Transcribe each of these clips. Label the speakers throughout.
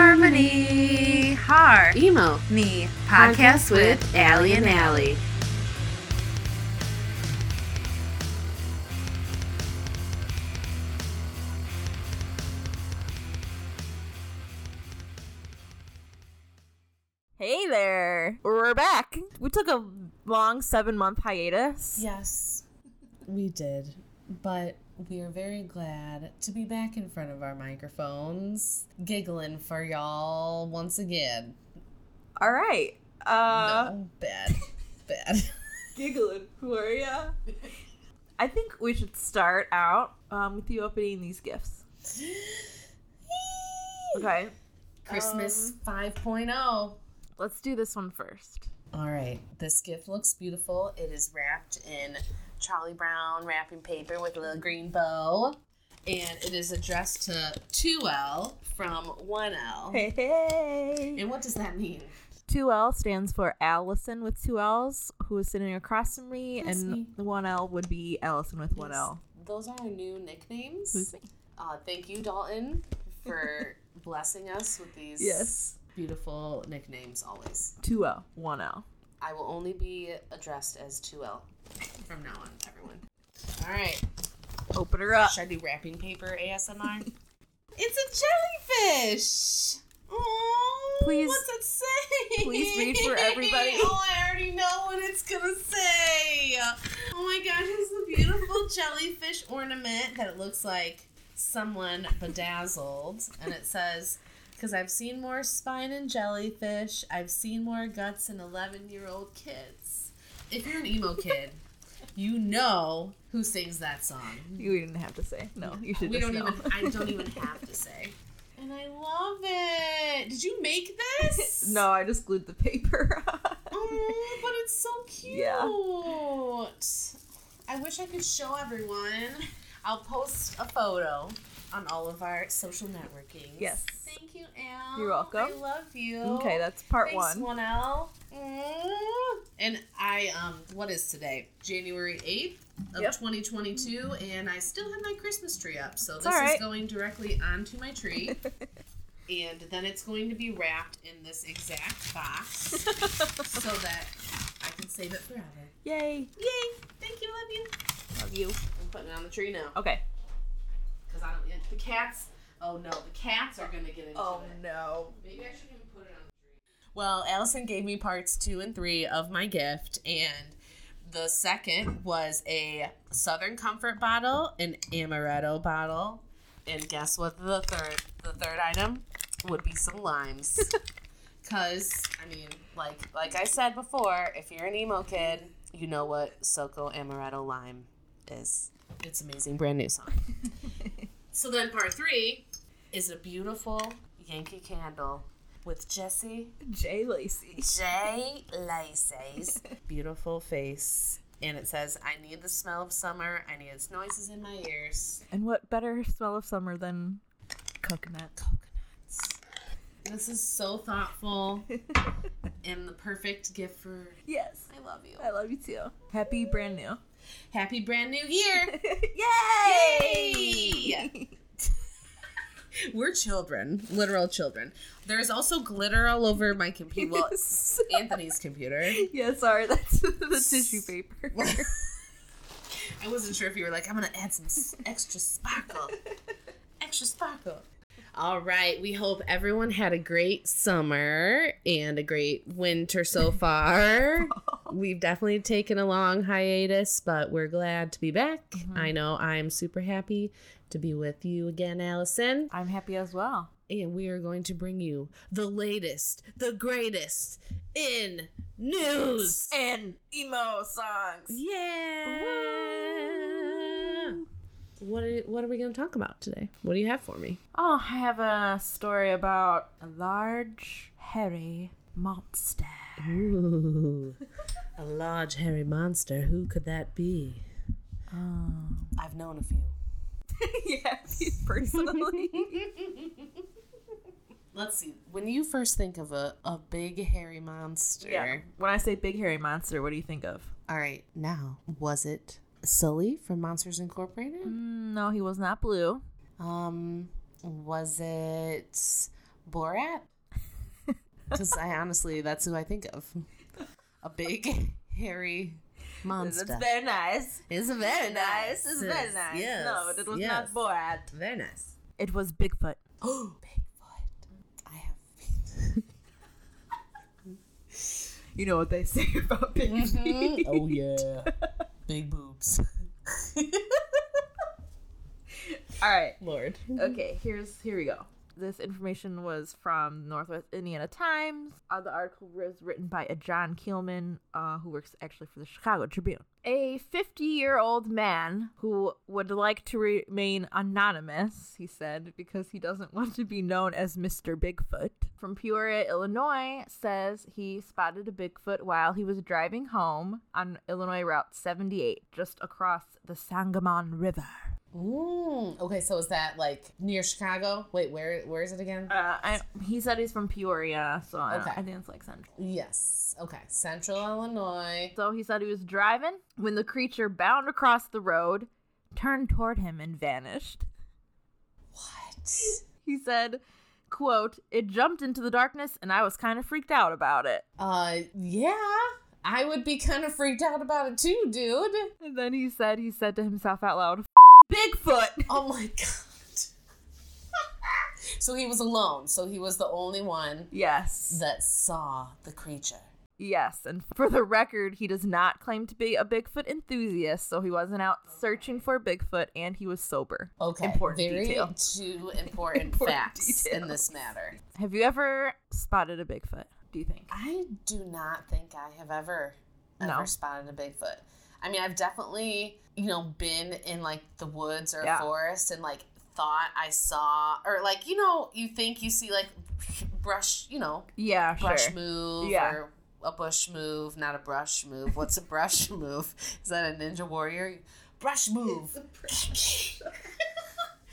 Speaker 1: Harmony. Har.
Speaker 2: Emo.
Speaker 1: Me. Podcast with Allie and Allie.
Speaker 3: Hey there. We're back. We took a long seven month hiatus.
Speaker 4: Yes, we did. But we are very glad to be back in front of our microphones, giggling for y'all once again.
Speaker 3: All right. Uh,
Speaker 4: no, bad. bad.
Speaker 3: Giggling. Who are ya? I think we should start out um, with you opening these gifts. Okay.
Speaker 4: Christmas 5.0. All
Speaker 3: Let's do this one first.
Speaker 4: oh. right, this gift looks beautiful. It is wrapped in Charlie Brown wrapping paper with a little green bow. And it is addressed to 2L from 1L.
Speaker 3: Hey, hey.
Speaker 4: And what does that mean?
Speaker 3: 2L stands for Allison with two L's, who is sitting across from me,
Speaker 4: That's
Speaker 3: and
Speaker 4: me.
Speaker 3: the 1L would be Allison with one L.
Speaker 4: Those are our new nicknames.
Speaker 3: Who's me?
Speaker 4: Uh, thank you, Dalton, for blessing us with these
Speaker 3: Yes.
Speaker 4: beautiful nicknames always.
Speaker 3: 2L, 1L.
Speaker 4: I will only be addressed as 2L from now on, everyone. All right.
Speaker 3: Open her up.
Speaker 4: Should I do wrapping paper ASMR? it's a jellyfish! Oh,
Speaker 3: Please-
Speaker 4: what's it say?
Speaker 3: please read for everybody.
Speaker 4: oh, I already know what it's gonna say. Oh my gosh, it's a beautiful jellyfish ornament that it looks like someone bedazzled, and it says, "Because I've seen more spine in jellyfish, I've seen more guts in eleven-year-old kids." If you're an emo kid, you know who sings that song
Speaker 3: You didn't have to say. No, you should
Speaker 4: we
Speaker 3: just
Speaker 4: don't
Speaker 3: know.
Speaker 4: even i don't even have to say and i love it did you make this
Speaker 3: No, I just glued the paper.
Speaker 4: oh but it's so cute
Speaker 3: Yeah.
Speaker 4: i wish i could show everyone i'll post a photo on all of our social networking
Speaker 3: Yes.
Speaker 4: thank you al
Speaker 3: You're welcome.
Speaker 4: i love you
Speaker 3: okay, that's part
Speaker 4: Thanks,
Speaker 3: one.
Speaker 4: one L.
Speaker 3: Mm.
Speaker 4: And I um, what is today? January eighth of
Speaker 3: Yep.
Speaker 4: twenty twenty two, and I still have my Christmas tree up, so this
Speaker 3: all right.
Speaker 4: is going directly onto my tree. and then it's going to be wrapped in this exact box so that I can save it forever.
Speaker 3: Yay!
Speaker 4: Yay! Thank you, love you.
Speaker 3: Love you.
Speaker 4: I'm putting it on the tree now
Speaker 3: Okay.
Speaker 4: because I don't. The cats. Oh no, the cats are gonna get into it.
Speaker 3: no.
Speaker 4: Maybe I should even put it on the tree. Well, Allison gave me parts two and three of my gift, and the second was a Southern Comfort bottle, an amaretto bottle, and guess what? The third, the third item would be some limes. Cause I mean, like like I said before, if you're an emo kid, you know what Soco Amaretto Lime is. It's amazing, brand new song. so then, part three is a beautiful Yankee candle with Jesse
Speaker 3: Jay Lacey.
Speaker 4: J. Lacey's beautiful face. And it says, I need the smell of summer. I need its noises in my ears.
Speaker 3: And what better smell of summer than coconut?
Speaker 4: Coconuts. This is so thoughtful and the perfect gift for.
Speaker 3: Yes.
Speaker 4: I love you.
Speaker 3: I love you too. Happy brand new.
Speaker 4: Happy brand new year.
Speaker 3: Yay!
Speaker 4: We're children, literal children. There's also glitter all over my computer. Well,
Speaker 3: Yes.
Speaker 4: Anthony's computer.
Speaker 3: Yeah, sorry, that's the tissue paper.
Speaker 4: I wasn't sure if you were like, I'm gonna add some s- extra sparkle. Extra sparkle. All right, we hope everyone had a great summer and a great winter so far. We've definitely taken a long hiatus, but we're glad to be back. I know I'm super happy to be with you again, Allison.
Speaker 3: I'm happy as well.
Speaker 4: And we are going to bring you the latest, the greatest in news.
Speaker 3: And emo songs.
Speaker 4: Yeah. What are, what are we going to talk about today? What do you have for me?
Speaker 3: Oh, I have a story about a large, hairy monster.
Speaker 4: Ooh, a large hairy monster. Who could that be?
Speaker 3: Oh.
Speaker 4: Um, I've known a few.
Speaker 3: yeah, personally.
Speaker 4: Let's see. When you first think of a, a big hairy monster,
Speaker 3: yeah. When I say big hairy monster, what do you think of?
Speaker 4: all right, now, was it Sully from Monsters Incorporated?
Speaker 3: Mm, No, he was not blue.
Speaker 4: Um, was Um, it Borat? Because I honestly, that's who I think of. A big, hairy
Speaker 3: That's
Speaker 4: monster.
Speaker 3: very nice.
Speaker 4: It's very
Speaker 3: Nice.
Speaker 4: nice.
Speaker 3: It's very nice.
Speaker 4: Yes.
Speaker 3: No, that was
Speaker 4: yes.
Speaker 3: not Borat.
Speaker 4: Very nice.
Speaker 3: It was Bigfoot.
Speaker 4: Oh, Bigfoot. I have.
Speaker 3: You know what they say about Bigfoot.
Speaker 4: Mhm. oh yeah, big boobs.
Speaker 3: All right.
Speaker 4: Lord.
Speaker 3: Okay, here's here we go. This information was from Northwest Indiana Times. Uh, the article was written by a John Keelman, uh, who works actually for the Chicago Tribune. A 50 year old man who would like to remain anonymous, he said, because he doesn't want to be known as Mr. Bigfoot, from Peoria, Illinois, says he spotted a Bigfoot while he was driving home on Illinois Route 78, just across the Sangamon River.
Speaker 4: Mm, okay, so is that like near Chicago? Wait, where where is it again?
Speaker 3: Uh, I, he said he's from Peoria, so I, don't-
Speaker 4: Okay.
Speaker 3: I think it's like central.
Speaker 4: yes. Okay, Central Illinois.
Speaker 3: So he said he was driving when the creature bound across the road, turned toward him, and vanished.
Speaker 4: What?
Speaker 3: He said, "quote It jumped into the darkness, and I was kind of freaked out about it."
Speaker 4: Uh, yeah. I would be kind of freaked out about it too, dude.
Speaker 3: And then he said he said to himself out loud, "F- "Bigfoot."
Speaker 4: Oh my god. so he was alone. So he was the only one
Speaker 3: Yes.
Speaker 4: that saw the creature.
Speaker 3: Yes. And for the record, he does not claim to be a Bigfoot enthusiast, so he wasn't out searching for Bigfoot, and he was sober.
Speaker 4: Okay.
Speaker 3: Important
Speaker 4: Very
Speaker 3: detail.
Speaker 4: two important,
Speaker 3: Important
Speaker 4: facts in
Speaker 3: details.
Speaker 4: this matter.
Speaker 3: Have you ever spotted a Bigfoot? Do you think?
Speaker 4: I do not think I have ever
Speaker 3: No.
Speaker 4: ever spotted a Bigfoot. I mean, I've definitely, you know, been in like the woods or
Speaker 3: Yeah.
Speaker 4: forest and like thought I saw or like, you know, you think you see like brush, you know,
Speaker 3: Yeah,
Speaker 4: brush
Speaker 3: sure.
Speaker 4: move
Speaker 3: Yeah.
Speaker 4: or a bush move, not a brush move. What's a brush move? Is that a ninja warrior? Brush move.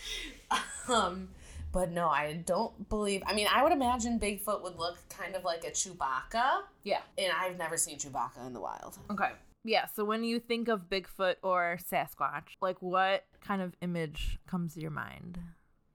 Speaker 4: um, but no, I don't believe. I mean, I would imagine Bigfoot would look kind of like a Chewbacca,
Speaker 3: Yeah.
Speaker 4: and I've never seen Chewbacca in the wild.
Speaker 3: Okay. Yeah, so when you think of Bigfoot or Sasquatch, like what kind of image comes to your mind?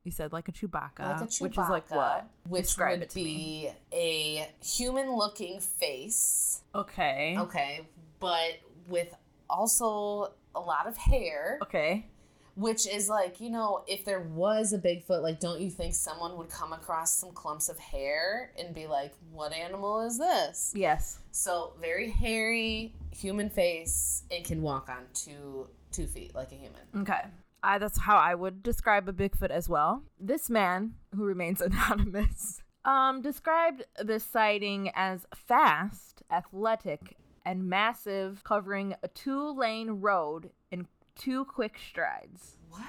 Speaker 3: You said like a Chewbacca,
Speaker 4: like a Chewbacca,
Speaker 3: which is like what?
Speaker 4: Which
Speaker 3: Describe
Speaker 4: would
Speaker 3: it to
Speaker 4: be a human-looking face,
Speaker 3: Okay.
Speaker 4: okay, but with also a lot of hair.
Speaker 3: Okay.
Speaker 4: Which is like, you know, if there was a Bigfoot, like, don't you think someone would come across some clumps of hair and be like, what animal is this?
Speaker 3: Yes.
Speaker 4: So, very hairy human face and can walk on two two feet like a human.
Speaker 3: Okay. I, that's how I would describe a Bigfoot as well. This man, who remains anonymous, um, described this sighting as fast, athletic, and massive, covering a two lane road in two quick strides.
Speaker 4: What?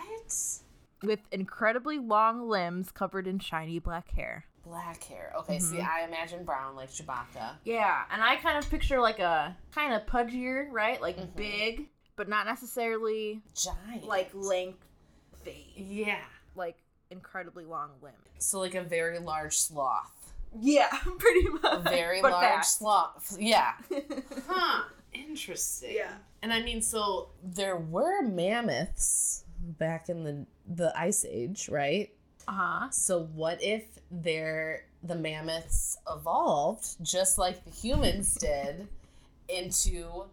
Speaker 3: with incredibly long limbs covered in shiny black hair.
Speaker 4: Black hair. Okay, see, I imagine brown like Chewbacca.
Speaker 3: Yeah, and I kind of picture like a kind of pudgier, right? Like big, but not necessarily
Speaker 4: Giant.
Speaker 3: like lengthy,
Speaker 4: yeah.
Speaker 3: like incredibly long limbs.
Speaker 4: So, like a very large sloth.
Speaker 3: Yeah, pretty much.
Speaker 4: A very
Speaker 3: But
Speaker 4: large
Speaker 3: fast.
Speaker 4: sloth. Yeah. Huh. Interesting.
Speaker 3: Yeah.
Speaker 4: And I mean, so there were mammoths back in the the ice age, right?
Speaker 3: Uh huh.
Speaker 4: So what if they're the mammoths evolved just like the humans did into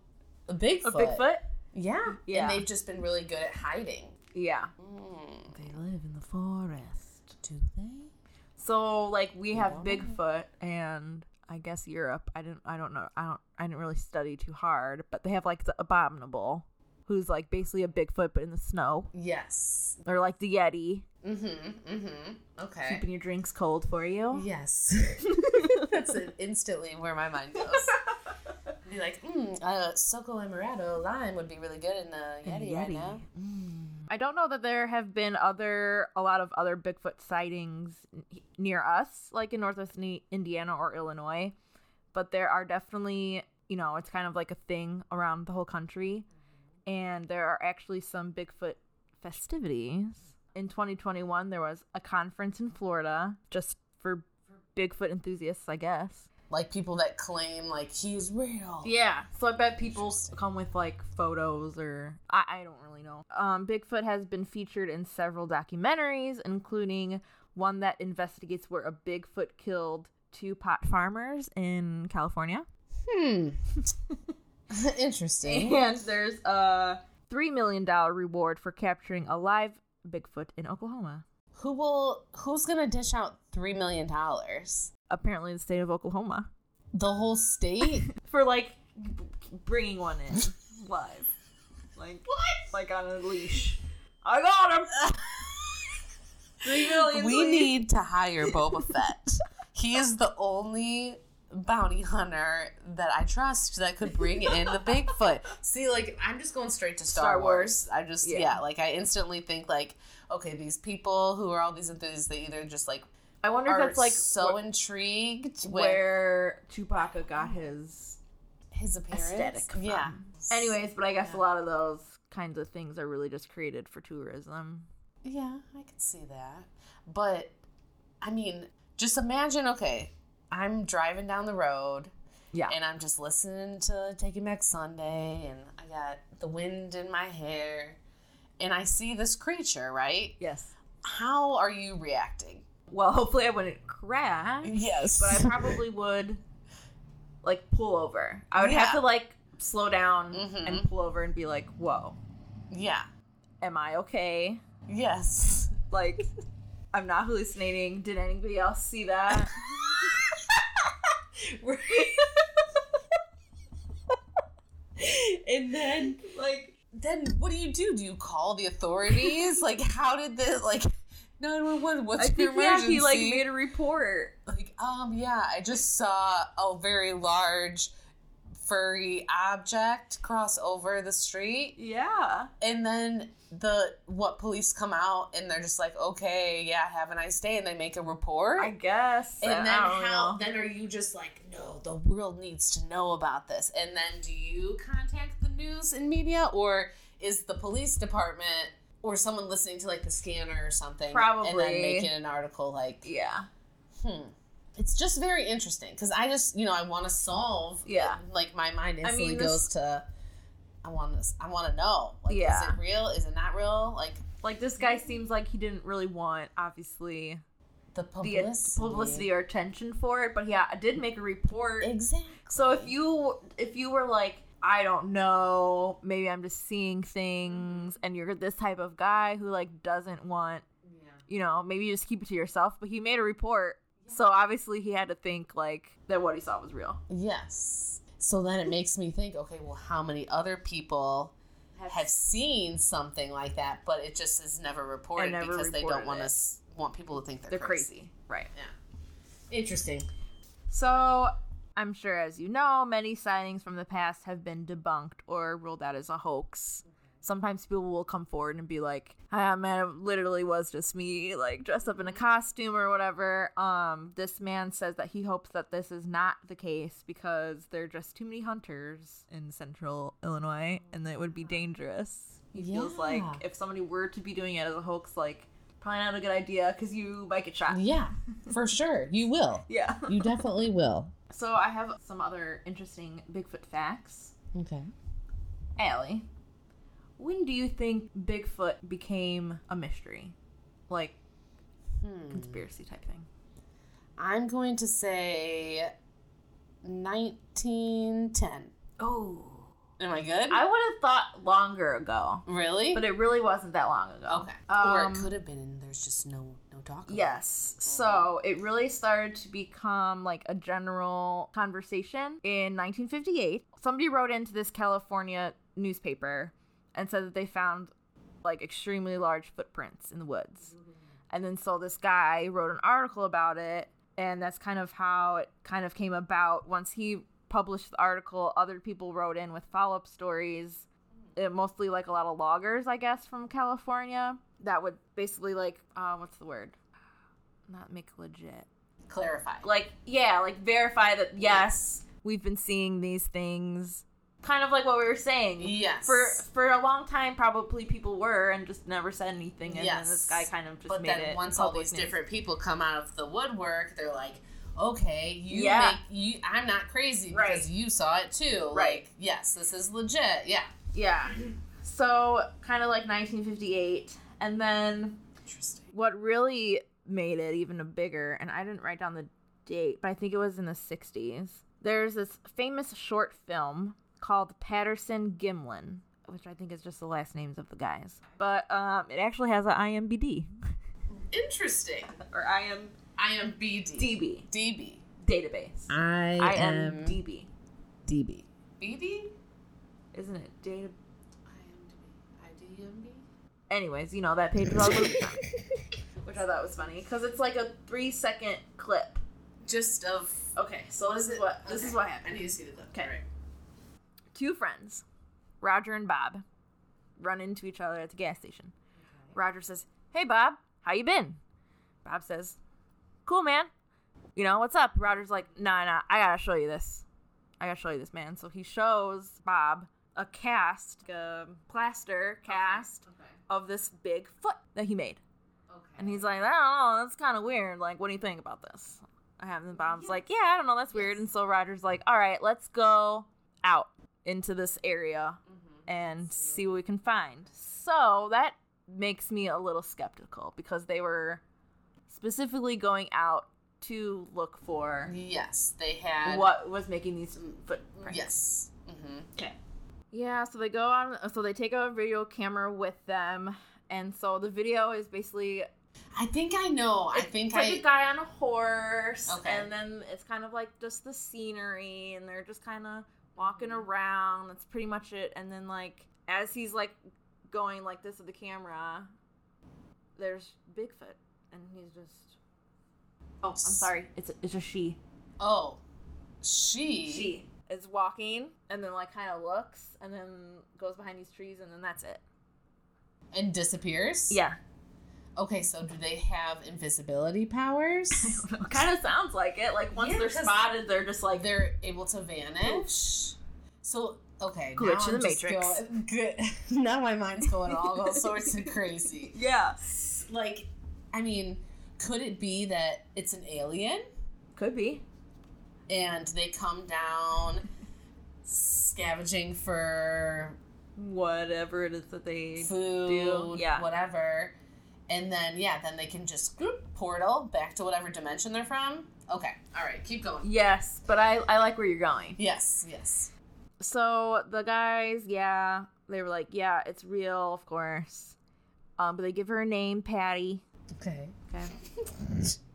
Speaker 4: a Bigfoot?
Speaker 3: A Bigfoot.
Speaker 4: Yeah.
Speaker 3: Yeah.
Speaker 4: And they've just been really good at hiding.
Speaker 3: Yeah.
Speaker 4: Mm.
Speaker 3: They live in the forest.
Speaker 4: Do they?
Speaker 3: So like we have
Speaker 4: Wow.
Speaker 3: Bigfoot and I guess Europe. I didn't I don't know. I don't I didn't really study too hard, but they have like the abominable who's like basically a Bigfoot but in the snow.
Speaker 4: Yes.
Speaker 3: Or like the Yeti,
Speaker 4: Mm-hmm. Mm-hmm. Okay.
Speaker 3: keeping your drinks cold for you.
Speaker 4: Yes. That's it, instantly where my mind goes. Be like, mm, uh, Soco Amaretto lime would be really good in a
Speaker 3: And
Speaker 4: Yeti, right now.
Speaker 3: I don't know that there have been other a lot of other Bigfoot sightings n- near us, like in Northwest Ni- Indiana or Illinois, but there are definitely, you know, it's kind of like a thing around the whole country, and there are actually some Bigfoot festivities. In 2021, there was a conference in Florida just for Bigfoot enthusiasts, I guess.
Speaker 4: Like people that claim like he's real.
Speaker 3: Yeah, so I bet people
Speaker 4: Interesting.
Speaker 3: come with like photos or I, I don't really know. Um, Bigfoot has been featured in several documentaries, including one that investigates where a Bigfoot killed two pot farmers in California.
Speaker 4: Hmm. Interesting.
Speaker 3: And there's a $3 million reward for capturing a live Bigfoot in Oklahoma.
Speaker 4: Who will? Who's gonna dish out three million dollars?
Speaker 3: Apparently, the state of Oklahoma.
Speaker 4: The whole state?
Speaker 3: For like b- bringing one in live. Like, like on a leash. I got him! Three million.
Speaker 4: we need to hire Boba Fett. He is the only bounty hunter that I trust that could bring in the Bigfoot. See, like I'm just going straight to Star,
Speaker 3: Star
Speaker 4: Wars.
Speaker 3: Wars.
Speaker 4: I just yeah.
Speaker 3: Yeah.
Speaker 4: like I instantly think like, okay, these people who are all these enthusiasts, they either just like
Speaker 3: I wonder if
Speaker 4: are
Speaker 3: that's like
Speaker 4: so
Speaker 3: wh-
Speaker 4: intrigued with
Speaker 3: where Chewbacca got his
Speaker 4: his appearance.
Speaker 3: aesthetic from.
Speaker 4: Yeah.
Speaker 3: Anyways, but I guess a lot of those kinds of things are really just created for tourism.
Speaker 4: Yeah, I could see that. But I mean, just imagine, okay, I'm driving down the road
Speaker 3: Yeah.
Speaker 4: and I'm just listening to Taking Back Sunday, and I got the wind in my hair, and I see this creature, right?
Speaker 3: yes.
Speaker 4: How are you reacting?
Speaker 3: Well, hopefully I wouldn't crash,
Speaker 4: Yes.
Speaker 3: but I probably would like pull over. I would have
Speaker 4: Yeah.
Speaker 3: to like slow down
Speaker 4: Mhm.
Speaker 3: and pull over and be like, "Whoa,
Speaker 4: yeah.
Speaker 3: am I okay?
Speaker 4: Yes.
Speaker 3: Like, I'm not hallucinating. Did anybody else see that?"
Speaker 4: and then
Speaker 3: like,
Speaker 4: then what do you do? Do you call the authorities? like how did this like 911
Speaker 3: I
Speaker 4: what's your
Speaker 3: think yeah,
Speaker 4: emergency?
Speaker 3: he like made a report.
Speaker 4: like um yeah i just saw a very large furry object cross over the street
Speaker 3: Yeah.
Speaker 4: and then the what police come out and they're just like okay yeah have a nice day and they make a report
Speaker 3: I guess. I-
Speaker 4: and then
Speaker 3: I don't
Speaker 4: how
Speaker 3: know.
Speaker 4: then are you just like no the world needs to know about this and then do you contact the news and media or is the police department or someone listening to like the scanner or something and then
Speaker 3: Probably.
Speaker 4: making an article like
Speaker 3: Yeah.
Speaker 4: hmm. It's just very interesting because I just, you know, I want to solve.
Speaker 3: Yeah.
Speaker 4: Like my mind
Speaker 3: I
Speaker 4: instantly
Speaker 3: mean, this-
Speaker 4: goes to, I want to, I want to know. Like,
Speaker 3: Yeah.
Speaker 4: Is it real? Is it not real? Like
Speaker 3: Like this guy seems like he didn't really want, obviously,
Speaker 4: the
Speaker 3: the
Speaker 4: publicity.
Speaker 3: publicity or attention for it. But yeah, I did make a report.
Speaker 4: Exactly.
Speaker 3: So if you if you were like, I don't know, maybe I'm just seeing things, and you're this type of guy who like doesn't want, you know, maybe you just keep it to yourself. But he made a report, so obviously he had to think like that what he saw was real.
Speaker 4: Yes. So then it makes me think. Okay, well, how many other people have seen something like that, but it just is never reported
Speaker 3: never
Speaker 4: because they don't
Speaker 3: reported
Speaker 4: want
Speaker 3: it.
Speaker 4: us want people to think they're,
Speaker 3: They're crazy, right?
Speaker 4: crazy. Interesting.
Speaker 3: So, I'm sure as you know, many sightings from the past have been debunked or ruled out as a hoax. Sometimes people will come forward and be like, ah, man, it literally was just me, like dressed up in a costume or whatever. Um, this man says that he hopes that this is not the case because there are just too many hunters in central Illinois and that it would be dangerous. He feels like
Speaker 4: Yeah.
Speaker 3: if somebody were to be doing it as a hoax, like probably not a good idea because you might get shot.
Speaker 4: Yeah, for sure. You will.
Speaker 3: Yeah.
Speaker 4: You definitely will.
Speaker 3: So I have some other interesting Bigfoot facts.
Speaker 4: Okay.
Speaker 3: Allie, when do you think Bigfoot became a mystery? Like
Speaker 4: Hmm.
Speaker 3: conspiracy type thing.
Speaker 4: I'm going to say 1910.
Speaker 3: Oh.
Speaker 4: Am I good?
Speaker 3: I would have thought longer ago.
Speaker 4: really?
Speaker 3: But it really wasn't that long ago.
Speaker 4: okay. or
Speaker 3: Um,
Speaker 4: it could have been, and there's just no no talk. About
Speaker 3: Yes. So it really started to become like a general conversation in 1958. Somebody wrote into this California newspaper and said that they found like extremely large footprints in the woods.
Speaker 4: Mm-hmm.
Speaker 3: And then so this guy wrote an article about it. And that's kind of how it kind of came about. Once he published the article, other people wrote in with follow up stories uh, mostly like a lot of loggers, I guess, from California that would basically like uh, what's the word? Not make legit.
Speaker 4: it. Clarify.
Speaker 3: Like yeah, like verify that yes, we've been seeing these things. Kind of like what we were saying.
Speaker 4: Yes.
Speaker 3: For for a long time, probably people were and just never said anything, and
Speaker 4: Yes.
Speaker 3: then this guy kind of just
Speaker 4: but
Speaker 3: made
Speaker 4: then
Speaker 3: it.
Speaker 4: once all
Speaker 3: public
Speaker 4: these
Speaker 3: news.
Speaker 4: different people come out of the woodwork, they're like, "Okay, you
Speaker 3: Yeah.
Speaker 4: make you. I'm not crazy
Speaker 3: Right.
Speaker 4: because you saw it too.
Speaker 3: Right.
Speaker 4: Like, yes, this is legit. Yeah.
Speaker 3: yeah. So kind of like 1958, and then
Speaker 4: Interesting.
Speaker 3: what really made it even bigger, and I didn't write down the date, but I think it was in the 60s. There's this famous short film called Patterson Gimlin, which I think is just the last names of the guys. But um, it actually has an IMBD
Speaker 4: Interesting.
Speaker 3: or IMDB
Speaker 4: I am BD. DB.
Speaker 3: database.
Speaker 4: I,
Speaker 3: IMDB.
Speaker 4: DB. BD?
Speaker 3: Isn't it data?
Speaker 4: IMDB.
Speaker 3: Anyways, you know that page was all which I thought was funny because it's like a three second clip.
Speaker 4: Just of.
Speaker 3: Okay, so this is
Speaker 4: it-
Speaker 3: what this is
Speaker 4: okay.
Speaker 3: what happened.
Speaker 4: I need to see the clip.
Speaker 3: Okay.
Speaker 4: All right.
Speaker 3: two friends, Roger and Bob, run into each other at the gas station. Roger says, "Hey Bob, how you been?" Bob says, "Cool, man. You know what's up?" Roger's like, "Nah, nah, I gotta show you this. I gotta show you this, man." So he shows Bob a cast, like a plaster cast of this big foot that he made. And he's like, I don't know, that's kind of weird. Like, what do you think about this? I have the Bob's like, yeah, I don't know, that's weird. And so Roger's like, all right, let's go out into this area and Mm-hmm. see what we can find. So that makes me a little skeptical because they were specifically going out to look for
Speaker 4: Yes, they had.
Speaker 3: what was making these footprints.
Speaker 4: Yes. Mm-hmm.
Speaker 3: Yeah, so they go on, so they take a video camera with them. And so the video is basically
Speaker 4: I think I know. I
Speaker 3: It's
Speaker 4: think
Speaker 3: like
Speaker 4: I.
Speaker 3: a guy on a horse,
Speaker 4: Okay.
Speaker 3: and then it's kind of like just the scenery, and they're just kind of walking around. That's pretty much it. And then like as he's like going like this with the camera, there's Bigfoot, and he's just. Oh, I'm sorry. It's a, it's a she.
Speaker 4: Oh, she.
Speaker 3: She is walking, and then like kind of looks, and then goes behind these trees, and then that's it.
Speaker 4: and disappears.
Speaker 3: Yeah,
Speaker 4: Okay, so do they have invisibility powers?
Speaker 3: kind of sounds like it. Like once
Speaker 4: Yeah,
Speaker 3: they're
Speaker 4: 'cause-
Speaker 3: spotted, they're just like
Speaker 4: They're able to vanish. So okay,
Speaker 3: Glitch
Speaker 4: now
Speaker 3: in
Speaker 4: I'm
Speaker 3: the
Speaker 4: just
Speaker 3: Matrix.
Speaker 4: Going, good. now my mind's going all sorts of crazy.
Speaker 3: yeah.
Speaker 4: Like, I mean, could it be that it's an alien
Speaker 3: Could be.
Speaker 4: and they come down scavenging for
Speaker 3: whatever it is that they
Speaker 4: food,
Speaker 3: yeah.
Speaker 4: whatever. And then yeah, then they can just group portal back to whatever dimension they're from. Okay, all right, keep going.
Speaker 3: yes but i i like where you're going
Speaker 4: Yes, yes.
Speaker 3: so the guys yeah they were like yeah it's real of course um but they give her a name patty
Speaker 4: Okay.
Speaker 3: okay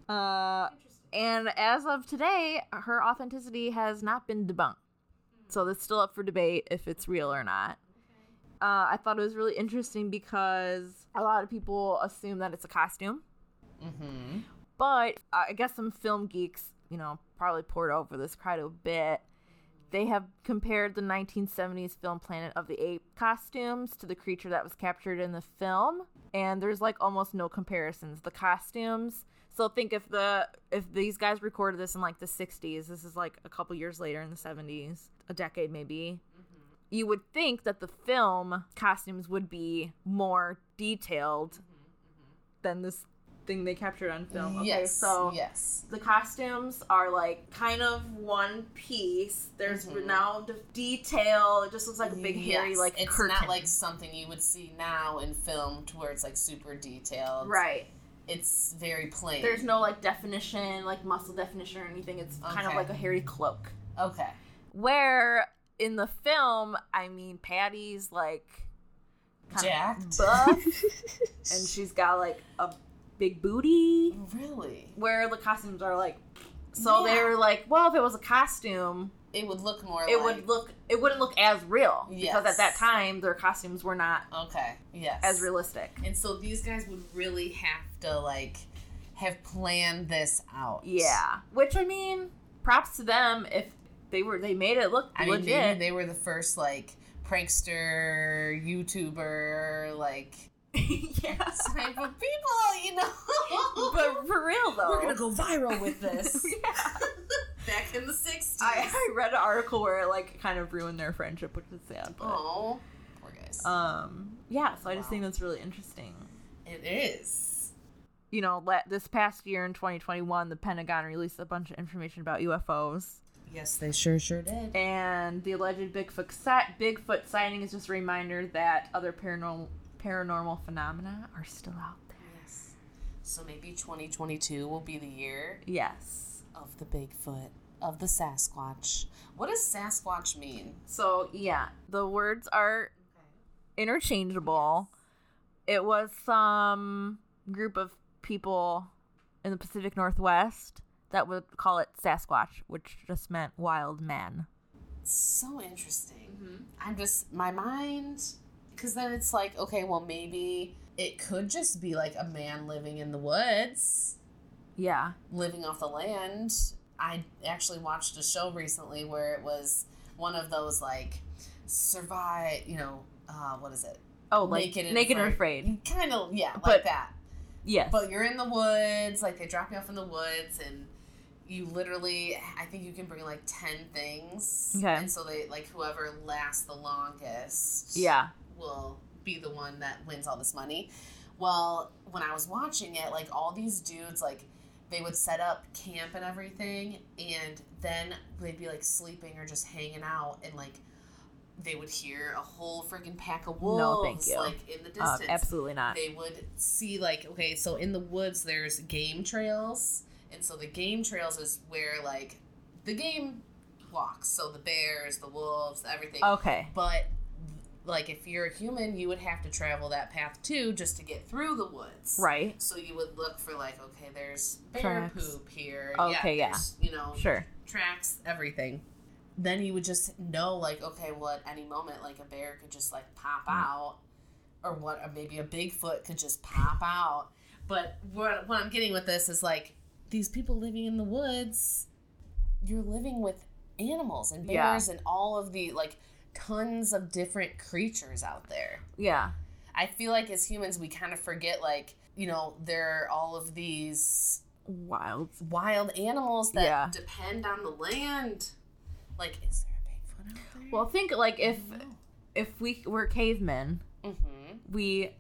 Speaker 3: uh and as of today her authenticity has not been debunked so that's still up for debate if it's real or not uh, I thought it was really interesting because a lot of people assume that it's a costume.
Speaker 4: Mm-hmm.
Speaker 3: But I guess some film geeks, you know, probably poured over this quite a bit. They have compared the 1970s film Planet of the Apes costumes to the creature that was captured in the film, and there's like almost no comparisons. The costumes. So think if the if these guys recorded this in like the 60s, this is like a couple years later in the 70s, a decade maybe. You would think that the film costumes would be more detailed than this thing they captured on film. Okay,
Speaker 4: yes.
Speaker 3: so
Speaker 4: yes.
Speaker 3: the costumes are like kind of one piece. There's
Speaker 4: Mhm.
Speaker 3: renowned detail. It just looks like a big hairy
Speaker 4: Yes.
Speaker 3: like
Speaker 4: it's
Speaker 3: curtain.
Speaker 4: not like something you would see now in film to where it's like super detailed.
Speaker 3: right.
Speaker 4: It's very plain.
Speaker 3: There's no like definition, like muscle definition or anything. It's kind of
Speaker 4: Okay.
Speaker 3: like a hairy cloak.
Speaker 4: Okay.
Speaker 3: Where in the film, I mean, Patty's like kinda
Speaker 4: Jacked.
Speaker 3: buff, and she's got like a big booty.
Speaker 4: Really?
Speaker 3: Where the costumes are like, so they
Speaker 4: Yeah.
Speaker 3: were like, well, if it was a costume,
Speaker 4: It would look more
Speaker 3: it
Speaker 4: like
Speaker 3: would look it wouldn't look as real because
Speaker 4: Yes.
Speaker 3: at that time their costumes were not
Speaker 4: Okay. Yes.
Speaker 3: as realistic.
Speaker 4: And so these guys would really have to like have planned this out.
Speaker 3: Yeah, which I mean, props to them if they were they made it look
Speaker 4: I mean,
Speaker 3: legit.
Speaker 4: maybe they were the first like prankster YouTuber like
Speaker 3: yes,
Speaker 4: type of people, you know.
Speaker 3: but for real though,
Speaker 4: we're gonna go viral with this.
Speaker 3: yeah.
Speaker 4: Back in the sixties.
Speaker 3: I, I read an article where it like kind of ruined their friendship, which is sad. But,
Speaker 4: Oh, poor guys.
Speaker 3: um, yeah. So I just
Speaker 4: Wow.
Speaker 3: think that's really interesting.
Speaker 4: it is.
Speaker 3: You know, let, this past year in 2021, the Pentagon released a bunch of information about UFOs.
Speaker 4: Yes, they sure sure did.
Speaker 3: And the alleged Bigfoot si- Bigfoot sighting is just a reminder that other paranormal paranormal phenomena are still out there.
Speaker 4: Yes. So maybe 2022 will be the year
Speaker 3: Yes.
Speaker 4: of the Bigfoot, of the Sasquatch. What does Sasquatch mean?
Speaker 3: So yeah, the words are interchangeable. It was some group of people in the Pacific Northwest that would call it Sasquatch, which just meant wild man.
Speaker 4: So interesting. I'm just, my mind, because then it's like, okay, well, maybe it could just be like a man living in the woods,
Speaker 3: Yeah.
Speaker 4: living off the land. I actually watched a show recently where it was one of those like survive, you know, uh, what is it?
Speaker 3: Oh, like naked and, afraid.
Speaker 4: Kind of, yeah, like
Speaker 3: But-
Speaker 4: that.
Speaker 3: Yes.
Speaker 4: But you're in the woods, like they drop you off in the woods, and you literally, I think you can bring like 10 things.
Speaker 3: Okay.
Speaker 4: And so they, like, whoever lasts the longest
Speaker 3: yeah.
Speaker 4: will be the one that wins all this money. Well, when I was watching it, like, all these dudes, like, they would set up camp and everything, and then they'd be like sleeping or just hanging out, and like, they would hear a whole freaking pack of wolves,
Speaker 3: No, thank you.
Speaker 4: like in the
Speaker 3: Uh,
Speaker 4: distance
Speaker 3: absolutely not.
Speaker 4: they would see like okay so in the woods there's game trails and so the game trails is where like the game walks so the bears the wolves everything
Speaker 3: Okay.
Speaker 4: but like if you're a human you would have to travel that path too just to get through the woods
Speaker 3: Right.
Speaker 4: so you would look for like okay there's bear
Speaker 3: Tracks.
Speaker 4: poop here
Speaker 3: Okay, yeah.
Speaker 4: there's, you know
Speaker 3: Sure.
Speaker 4: tracks everything then you would just know like okay well at any moment like a bear could just like pop out or what or maybe a bigfoot could just pop out but what, what i'm getting with this is like these people living in the woods you're living with animals and
Speaker 3: Yeah.
Speaker 4: bears and all of the like tons of different creatures out there
Speaker 3: Yeah.
Speaker 4: i feel like as humans we kind of forget like you know there are all of these
Speaker 3: Wild.
Speaker 4: wild animals that
Speaker 3: Yeah.
Speaker 4: depend on the land. Like, is there a Bigfoot out there?
Speaker 3: Well, think like if if we were cavemen,
Speaker 4: mm-hmm.
Speaker 3: we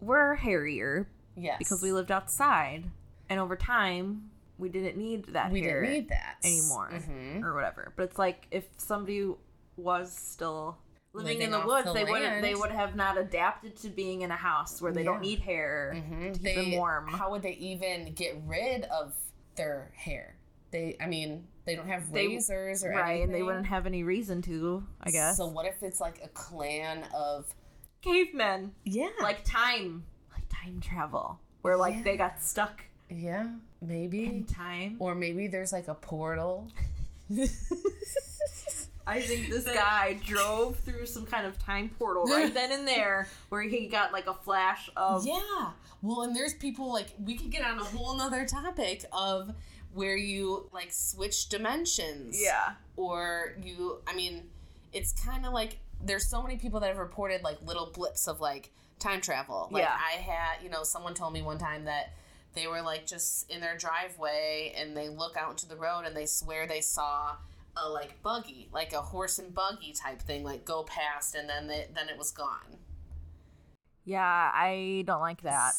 Speaker 3: were hairier
Speaker 4: yes,
Speaker 3: because we lived outside, and over time we didn't need that
Speaker 4: we
Speaker 3: hair
Speaker 4: didn't need that
Speaker 3: anymore
Speaker 4: hmm
Speaker 3: or whatever. But it's like if somebody was still living,
Speaker 4: Living
Speaker 3: in the
Speaker 4: off
Speaker 3: woods,
Speaker 4: the
Speaker 3: they wouldn't they
Speaker 4: land.
Speaker 3: would have not adapted to being in a house where they
Speaker 4: Yeah.
Speaker 3: don't need hair
Speaker 4: hmm
Speaker 3: to keep them warm.
Speaker 4: How would they even get rid of their hair? They, I mean, they don't have
Speaker 3: They-
Speaker 4: razors or
Speaker 3: right, and they
Speaker 4: anything.
Speaker 3: wouldn't have any reason to, I guess.
Speaker 4: So what if it's like a clan of
Speaker 3: cavemen,
Speaker 4: yeah,
Speaker 3: like time, like time travel, where like they got stuck
Speaker 4: yeah,
Speaker 3: in
Speaker 4: maybe,
Speaker 3: time.
Speaker 4: or maybe there's like a portal.
Speaker 3: I think this guy drove through some kind of time portal right then and there where he got like a flash of
Speaker 4: Yeah. Well, and there's people like we could get on a whole nother topic of where you like switch dimensions.
Speaker 3: yeah.
Speaker 4: Or you I mean, it's kinda like there's so many people that have reported like little blips of like time travel. Like
Speaker 3: Yeah.
Speaker 4: I had you know, someone told me one time that they were like just in their driveway and they look out into the road and they swear they saw a like buggy, like a horse and buggy type thing, like go past and then they, then it was gone.
Speaker 3: Yeah, I don't like that.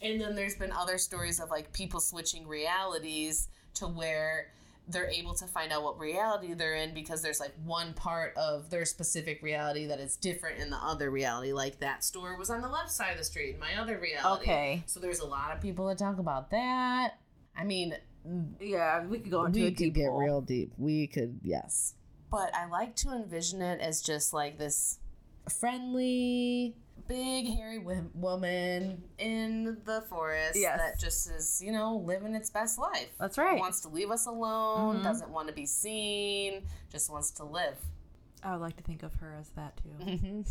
Speaker 4: and then there's been other stories of like people switching realities to where they're able to find out what reality they're in because there's like one part of their specific reality that is different in the other reality. Like that store was on the left side of the street, my other reality.
Speaker 3: Okay.
Speaker 4: So there's a lot of people that talk about that. I mean,
Speaker 3: Yeah, we could go into a deep hole.
Speaker 4: deep. We could, yes. But I like to envision it as just like this friendly, big, hairy wo- woman in the forest
Speaker 3: Yes.
Speaker 4: that just is, you know, living its best life.
Speaker 3: That's right.
Speaker 4: Wants to leave us alone,
Speaker 3: Mhm.
Speaker 4: doesn't want to be seen, just wants to live.
Speaker 3: I would like to think of her as that too.
Speaker 4: Mm-hmm.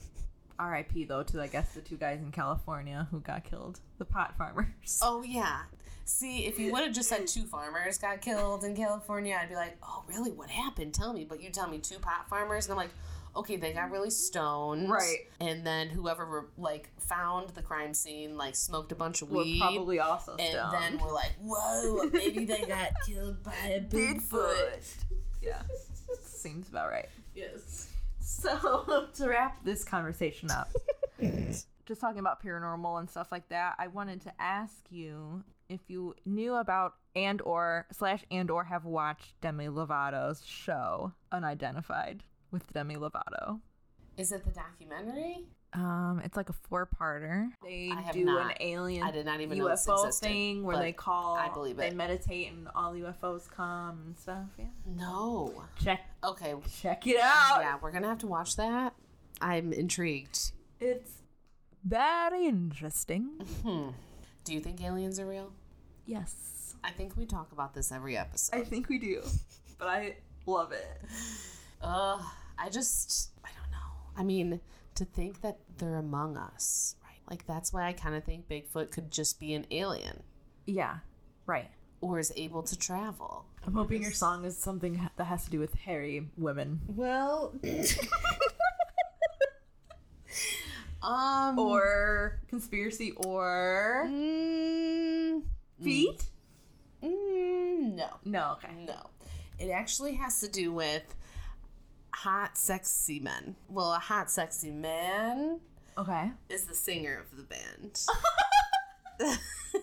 Speaker 3: R.I.P. though to I guess the two guys in California who got killed, the pot farmers.
Speaker 4: Oh, yeah. See, if you would have just said two farmers got killed in California, I'd be like, oh, really? What happened? Tell me. But you tell me two pot farmers, and I'm like, okay, they got really stoned.
Speaker 3: Right.
Speaker 4: And then whoever, re- like, found the crime scene, like, smoked a bunch of
Speaker 3: We're
Speaker 4: weed.
Speaker 3: probably also
Speaker 4: and
Speaker 3: stoned.
Speaker 4: then we're like, whoa, maybe they got killed by a Bigfoot.
Speaker 3: Bigfoot. yeah, seems about right.
Speaker 4: Yes.
Speaker 3: So to wrap this conversation up, just talking about paranormal and stuff like that, I wanted to ask you if you knew about and or slash and or have watched Demi Lovato's show Unidentified with Demi Lovato.
Speaker 4: Is it the documentary?
Speaker 3: Um, it's like a four-parter. They
Speaker 4: I have
Speaker 3: do an
Speaker 4: not.
Speaker 3: alien
Speaker 4: I did not even know this
Speaker 3: UFO
Speaker 4: existed,
Speaker 3: thing where
Speaker 4: but
Speaker 3: they call,
Speaker 4: I believe
Speaker 3: they
Speaker 4: it.
Speaker 3: meditate, and all UFOs come and stuff. Yeah,
Speaker 4: No.
Speaker 3: check
Speaker 4: Okay.
Speaker 3: check it out.
Speaker 4: Yeah, we're gonna have to watch that. I'm intrigued.
Speaker 3: It's very interesting.
Speaker 4: Hmm. Do you think aliens are real?
Speaker 3: Yes,
Speaker 4: I think we talk about this every episode.
Speaker 3: I think we do, but I love it.
Speaker 4: Ugh. I just I don't know. I mean, to think that they're among us, right? Like that's why I kind of think Bigfoot could just be an alien
Speaker 3: Yeah, right.
Speaker 4: or is able to travel.
Speaker 3: I'm hoping your song is something ha- that has to do with hairy women
Speaker 4: Well, um,
Speaker 3: or conspiracy or
Speaker 4: mm,
Speaker 3: feet.
Speaker 4: mm, no,
Speaker 3: No, okay.
Speaker 4: no. It actually has to do with hot, sexy men. Well, a hot, sexy man
Speaker 3: Okay.
Speaker 4: is the singer of the band.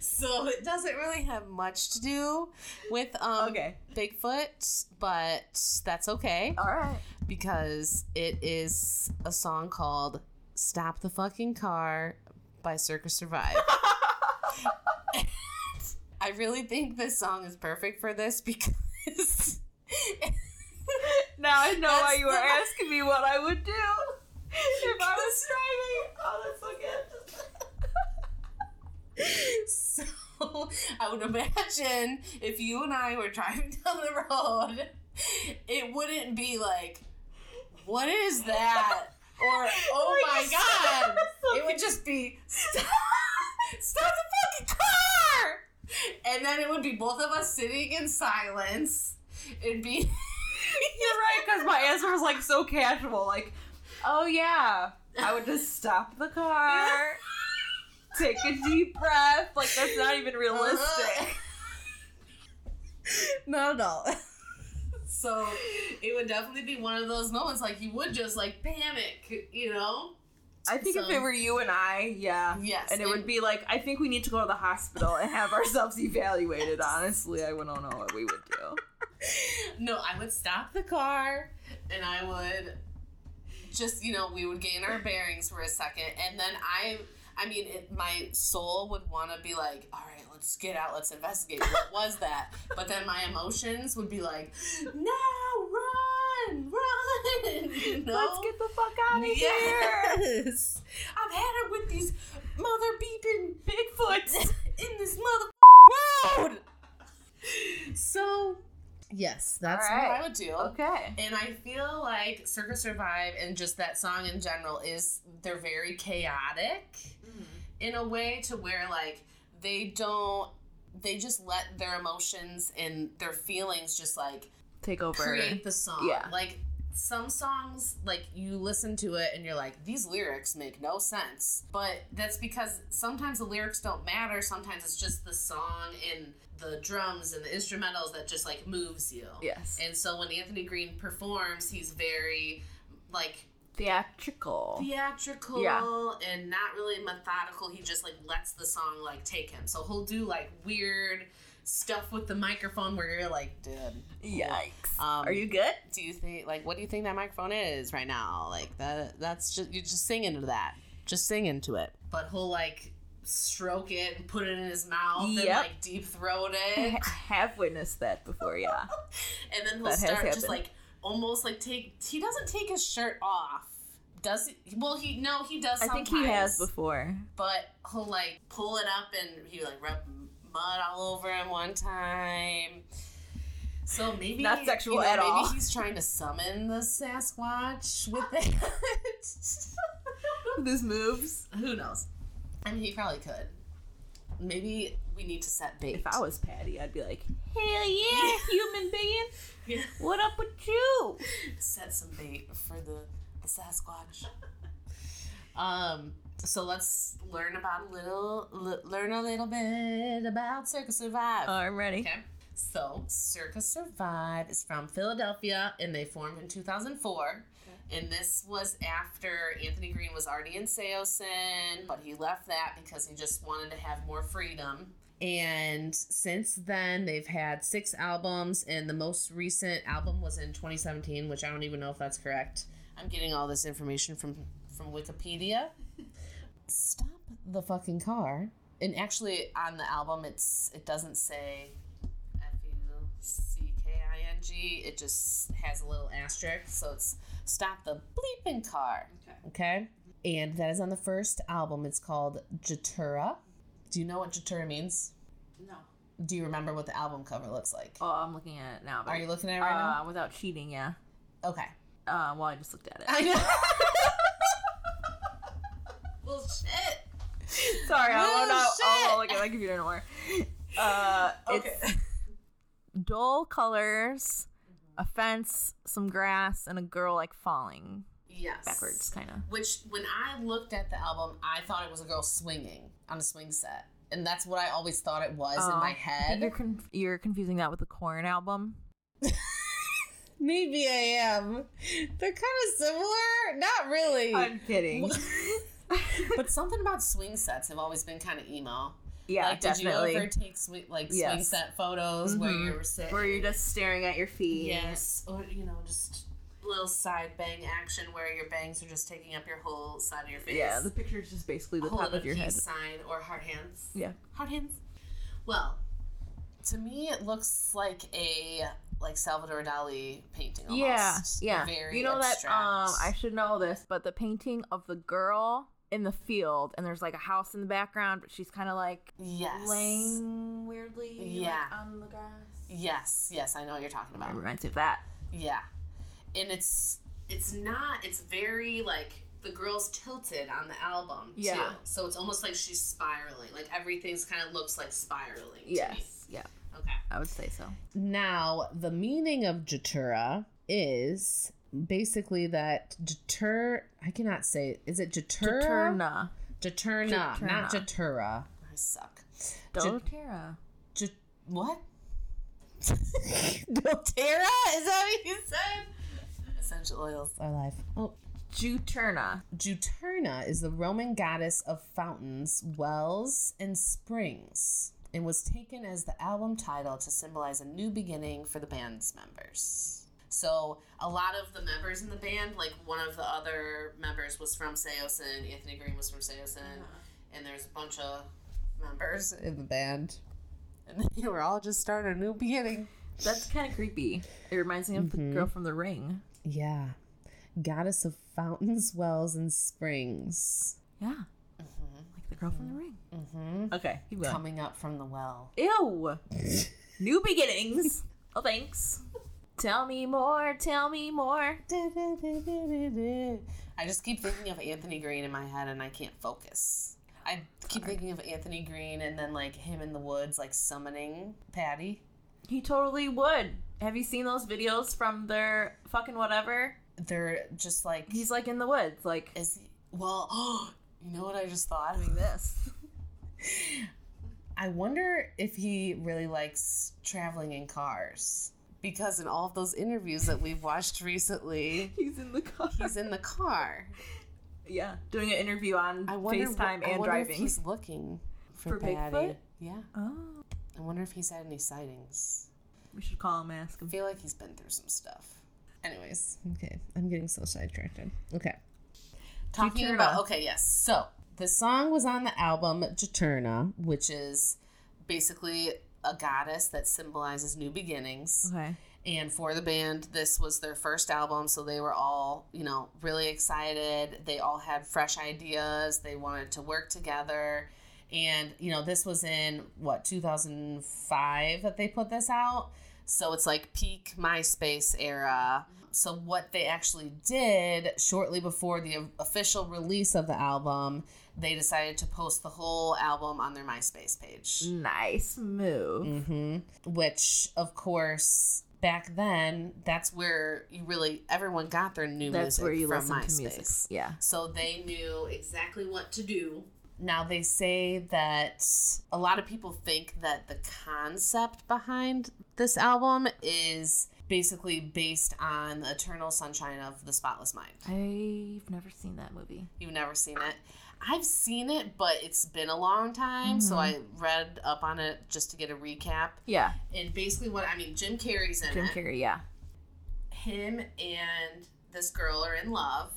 Speaker 4: so it doesn't really have much to do with um
Speaker 3: Okay.
Speaker 4: Bigfoot, but that's okay
Speaker 3: All right.
Speaker 4: because it is a song called Stop the Fucking Car by Circus Survive. I really think this song is perfect for this because
Speaker 3: Now I know why
Speaker 4: That's
Speaker 3: you were
Speaker 4: the-
Speaker 3: asking me what I would do if I was driving. Oh, that's so good.
Speaker 4: so I would imagine if you and I were driving down the road, it wouldn't be like, what is that? Or, oh
Speaker 3: Like,
Speaker 4: my
Speaker 3: stop
Speaker 4: god. It would just be, stop, stop the fucking car! And then it would be both of us sitting in silence. It'd be.
Speaker 3: You're right, because my answer was like so casual, like, oh yeah, I would just stop the car, take a deep breath. Like that's not even
Speaker 4: Uh-huh.
Speaker 3: realistic.
Speaker 4: Not at all. so it would definitely be one of those moments like you would just like panic, you know?
Speaker 3: I think if
Speaker 4: So-
Speaker 3: it were you and I, yeah.
Speaker 4: Yes.
Speaker 3: And it would be like, I think we need to go to the hospital and have ourselves evaluated. Honestly, I wouldn't know what we would do.
Speaker 4: No, I would stop the car and I would just, you know, we would gain our bearings for a second and then I I mean, it, my soul would want to be like, "All right, let's get out, let's investigate. What was that?" But then my emotions would be like, "No, run, run!" You know?
Speaker 3: Let's get the fuck out of here.
Speaker 4: Yes. I've had it with these mother beeping Bigfoots in this mother road. So, yes, that's
Speaker 3: All
Speaker 4: what
Speaker 3: right.
Speaker 4: I would do.
Speaker 3: Okay.
Speaker 4: And I feel like Circus Survive and just that song in general is they're very chaotic Mm. in a way to where like they don't they just let their emotions and their feelings just like
Speaker 3: Take over.
Speaker 4: create the song.
Speaker 3: Yeah.
Speaker 4: Like some songs, like you listen to it and you're like, these lyrics make no sense. But that's because sometimes the lyrics don't matter. Sometimes it's just the song and the drums and the instrumentals that just like moves you.
Speaker 3: Yes.
Speaker 4: And so when Anthony Green performs, he's very like
Speaker 3: Theatrical.
Speaker 4: theatrical
Speaker 3: Yeah.
Speaker 4: and not really methodical. He just like lets the song like take him. So he'll do like weird stuff with the microphone where you're like, dude,
Speaker 3: Yikes.
Speaker 4: Um,
Speaker 3: Are you good?
Speaker 4: do you think like what do you think that microphone is right now like that that's just you just sing into that just sing into it but he'll like stroke it and put it in his mouth and
Speaker 3: Yep.
Speaker 4: like deep throat it
Speaker 3: I have witnessed that before, yeah.
Speaker 4: and then he'll
Speaker 3: That has
Speaker 4: start just
Speaker 3: happened.
Speaker 4: like almost like take he doesn't take his shirt off does he well he no he does
Speaker 3: I think he has
Speaker 4: sometimes,
Speaker 3: before.
Speaker 4: but he'll like pull it up and he like rub mud all over him one time so maybe
Speaker 3: Not sexual at
Speaker 4: maybe
Speaker 3: all.
Speaker 4: he's trying to summon the Sasquatch with it.
Speaker 3: These moves.
Speaker 4: Who knows? I mean, he probably could. Maybe we need to set bait.
Speaker 3: If I was Patty, I'd be like, hell yeah, human being.
Speaker 4: Yeah.
Speaker 3: What up with you?
Speaker 4: set some bait for the, the Sasquatch. um. So let's learn about a little, l- learn a little bit about Circus Survive.
Speaker 3: Oh, I'm ready.
Speaker 4: Okay. So, Circus Survive is from Philadelphia and they formed in 2004. And this was after Anthony Green was already in Seosin, but he left that because he just wanted to have more freedom. And since then, they've had six albums, and the most recent album was in 2017, which I don't even know if that's correct. I'm getting all this information from from Wikipedia. Stop the fucking car. And actually, on the album, it's it doesn't say F U C K I N G. It just has a little asterisk, so it's stop the bleeping car. Okay. And that is on the first album. It's called Jatura. Do you know what Jatura means?
Speaker 1: No.
Speaker 4: Do you remember what the album cover looks like?
Speaker 3: Oh, I'm looking at it now. but-
Speaker 4: Are you looking at it
Speaker 3: uh,
Speaker 4: right
Speaker 3: Without cheating, yeah.
Speaker 4: now? Okay.
Speaker 3: Uh, well, I just looked at it.
Speaker 4: I know. well, shit.
Speaker 3: Sorry, I won't,
Speaker 4: Oh,
Speaker 3: I won't
Speaker 4: shit.
Speaker 3: look at my computer anymore. Uh,
Speaker 4: Okay.
Speaker 3: It's dull colors, a fence, some grass, and a girl like falling
Speaker 4: Yes.
Speaker 3: backwards, kind of.
Speaker 4: Which, when I looked at the album, I thought it was a girl swinging on a swing set. And that's what I always thought it was in my
Speaker 3: Oh, You're,
Speaker 4: head.
Speaker 3: conf- you're confusing that with the Corn album.
Speaker 4: Maybe I am. They're kind of similar. Not really.
Speaker 3: kidding.
Speaker 4: but something about swing sets have always been kind of emo.
Speaker 3: yeah,
Speaker 4: like,
Speaker 3: definitely.
Speaker 4: did you ever take swi- like swing
Speaker 3: Yes.
Speaker 4: set photos where
Speaker 3: Mhm.
Speaker 4: you were sitting?
Speaker 3: Where you're just staring at your feet.
Speaker 4: Yes, or you know, just little side bang action where your bangs are just taking up your whole side of your face.
Speaker 3: Yeah, the picture is just basically the
Speaker 4: whole
Speaker 3: top
Speaker 4: other
Speaker 3: of your
Speaker 4: peace
Speaker 3: head.
Speaker 4: sign or hard hands.
Speaker 3: Yeah.
Speaker 4: Hard hands. Well, to me, it looks like a like Salvador Dali painting. Almost.
Speaker 3: Yeah, yeah.
Speaker 4: Very
Speaker 3: you know that
Speaker 4: abstract.
Speaker 3: um I should know this, but the painting of the girl in the field and there's like a house in the background, but she's kind of like
Speaker 4: yes.
Speaker 3: laying weirdly like,
Speaker 4: Yeah.
Speaker 3: on the grass.
Speaker 4: Yes, yes, I know what you're talking about.
Speaker 3: It reminds me of that.
Speaker 4: Yeah. And it's it's not it's very like the girl's tilted on the album
Speaker 3: Yeah.
Speaker 4: too. So it's almost like she's spiraling. Like everything's kind of looks like spiraling. to me.
Speaker 3: Yes. Yeah.
Speaker 4: Okay.
Speaker 3: I would say so.
Speaker 4: Now, the meaning of Jatura is basically that Jatur I cannot say is it Jatura?
Speaker 3: Juturna.
Speaker 4: Jaturna,
Speaker 3: Jaturna.
Speaker 4: not Jatura. I suck.
Speaker 3: Doterra.
Speaker 4: J- what? Doterra? Is that what you said? Essential oils are life. Oh,
Speaker 3: Juturna.
Speaker 4: Juturna is the Roman goddess of fountains, wells, and springs, and was taken as the album title to symbolize a new beginning for the band's members. So, a lot of the members in the band, like one of the other members was from Seosin, Anthony Green was from Seosin, and there's a bunch of members in the band. And they were all just starting a new beginning.
Speaker 3: That's kind of creepy. It reminds me of the girl from The Ring.
Speaker 4: Yeah. Goddess of fountains, wells, and springs.
Speaker 3: Yeah. Like the girl from The Ring.
Speaker 4: Mm-hmm.
Speaker 3: Okay. Keep going.
Speaker 4: Coming up from the well.
Speaker 3: Ew. New beginnings. Oh, thanks. Tell me more. Tell me more.
Speaker 4: I just keep thinking of Anthony Green in my head and I can't focus. I keep thinking of Anthony Green and then like him in the woods, like summoning Patty.
Speaker 3: He totally would. Have you seen those videos from their fucking whatever?
Speaker 4: They're just like,
Speaker 3: He's like in the woods, like
Speaker 4: is he, well, you know what I just thought?
Speaker 3: doing this.
Speaker 4: I wonder if he really likes traveling in cars because in all of those interviews that we've watched recently,
Speaker 3: He's in the car.
Speaker 4: he's in the car.
Speaker 3: yeah, doing an interview on
Speaker 4: I wonder,
Speaker 3: FaceTime
Speaker 4: wh- I
Speaker 3: and
Speaker 4: wonder
Speaker 3: driving.
Speaker 4: if he's looking for,
Speaker 3: For
Speaker 4: Patty.
Speaker 3: Bigfoot?
Speaker 4: Yeah.
Speaker 3: Oh,
Speaker 4: I wonder if he's had any sightings.
Speaker 3: we should call him, ask
Speaker 4: I
Speaker 3: him.
Speaker 4: feel like he's been through some stuff. Anyways, okay, I'm getting so sidetracked. Okay. Talking
Speaker 3: Juturna.
Speaker 4: about okay, yes. So the song was on the album Juturna, which is basically a goddess that symbolizes new beginnings.
Speaker 3: Okay.
Speaker 4: And for the band, this was their first album, so they were all, you know, really excited. They all had fresh ideas. They wanted to work together. And, you know, this was in what, 2005 that they put this out. So it's like peak MySpace era. So what they actually did shortly before the official release of the album, they decided to post the whole album on their MySpace page.
Speaker 3: Nice move.
Speaker 4: Mm-hmm. Which, of course, back then, that's where you really everyone got their new
Speaker 3: That's
Speaker 4: music
Speaker 3: where you
Speaker 4: from
Speaker 3: listen
Speaker 4: MySpace.
Speaker 3: to music. Yeah.
Speaker 4: So they knew exactly what to do. Now they say that a lot of people think that the concept behind this album is basically based on Eternal Sunshine of the Spotless Mind.
Speaker 3: I've never seen that movie.
Speaker 4: You've never seen it. I've seen it, but it's been a long time, so
Speaker 3: Mm-hmm.
Speaker 4: I read up on it just to get a recap
Speaker 3: Yeah.
Speaker 4: and basically what I mean, Jim Carrey's in
Speaker 3: Jim
Speaker 4: it.
Speaker 3: Carrey. Yeah.
Speaker 4: Him and this girl are in love,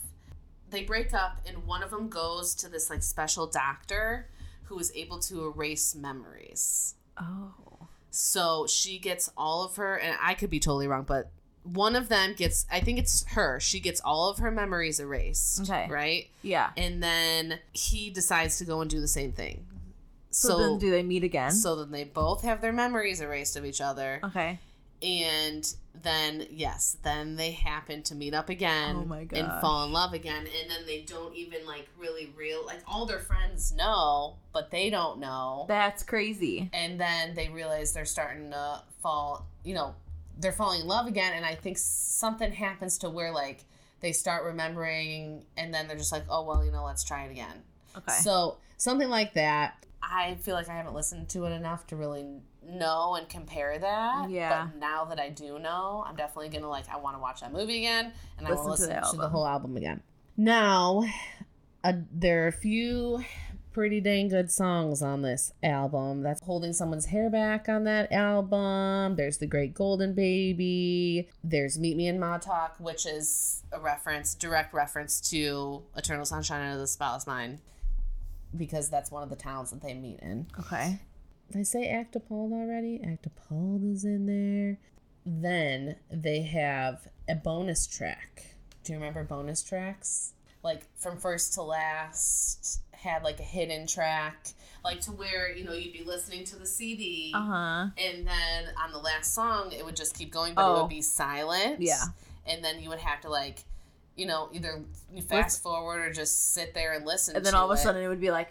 Speaker 4: they break up and one of them goes to this like special doctor who is able to erase memories.
Speaker 3: Oh.
Speaker 4: So she gets all of her, and I could be totally wrong, but one of them gets, I think it's her, she gets all of her memories erased.
Speaker 3: Okay.
Speaker 4: Right?
Speaker 3: Yeah.
Speaker 4: And then he decides to go and do the same thing.
Speaker 3: So,
Speaker 4: So,
Speaker 3: then do they meet again?
Speaker 4: so then they both have their memories erased of each other.
Speaker 3: okay.
Speaker 4: And then, yes, then they happen to meet up again
Speaker 3: Oh my
Speaker 4: and
Speaker 3: gosh.
Speaker 4: fall in love again. And then they don't even like really real, like all their friends know, but they don't know
Speaker 3: That's crazy.
Speaker 4: and then they realize they're starting to fall you know they're falling in love again and i think something happens to where like they start remembering and then they're just like oh well you know let's try it again
Speaker 3: Okay.
Speaker 4: so something like that i feel like i haven't listened to it enough to really know and compare that
Speaker 3: Yeah.
Speaker 4: but now that i do know i'm definitely gonna like i want to watch that movie again and i want to
Speaker 3: Listen to the
Speaker 4: listen to the
Speaker 3: album.
Speaker 4: whole album again now uh, there are a few pretty dang good songs on this album. That's Holding Someone's Hair Back on that album. There's The Great Golden Baby. There's Meet Me in Ma Talk, which is a reference, direct reference to Eternal Sunshine of the Spotless Mind, because that's one of the towns that they meet in.
Speaker 3: okay.
Speaker 4: Did I say Actapald already? Actapald is in there. Then they have a bonus track. Do you remember bonus tracks? Like from first to last had like a hidden track, like to where you know you'd be listening to the CD,
Speaker 3: Uh huh.
Speaker 4: and then on the last song it would just keep going, but it
Speaker 3: Oh.
Speaker 4: would be silent.
Speaker 3: Yeah.
Speaker 4: and then you would have to like, you know, either you fast forward or just sit there and listen.
Speaker 3: And then
Speaker 4: to
Speaker 3: all of a
Speaker 4: it.
Speaker 3: sudden it would be like,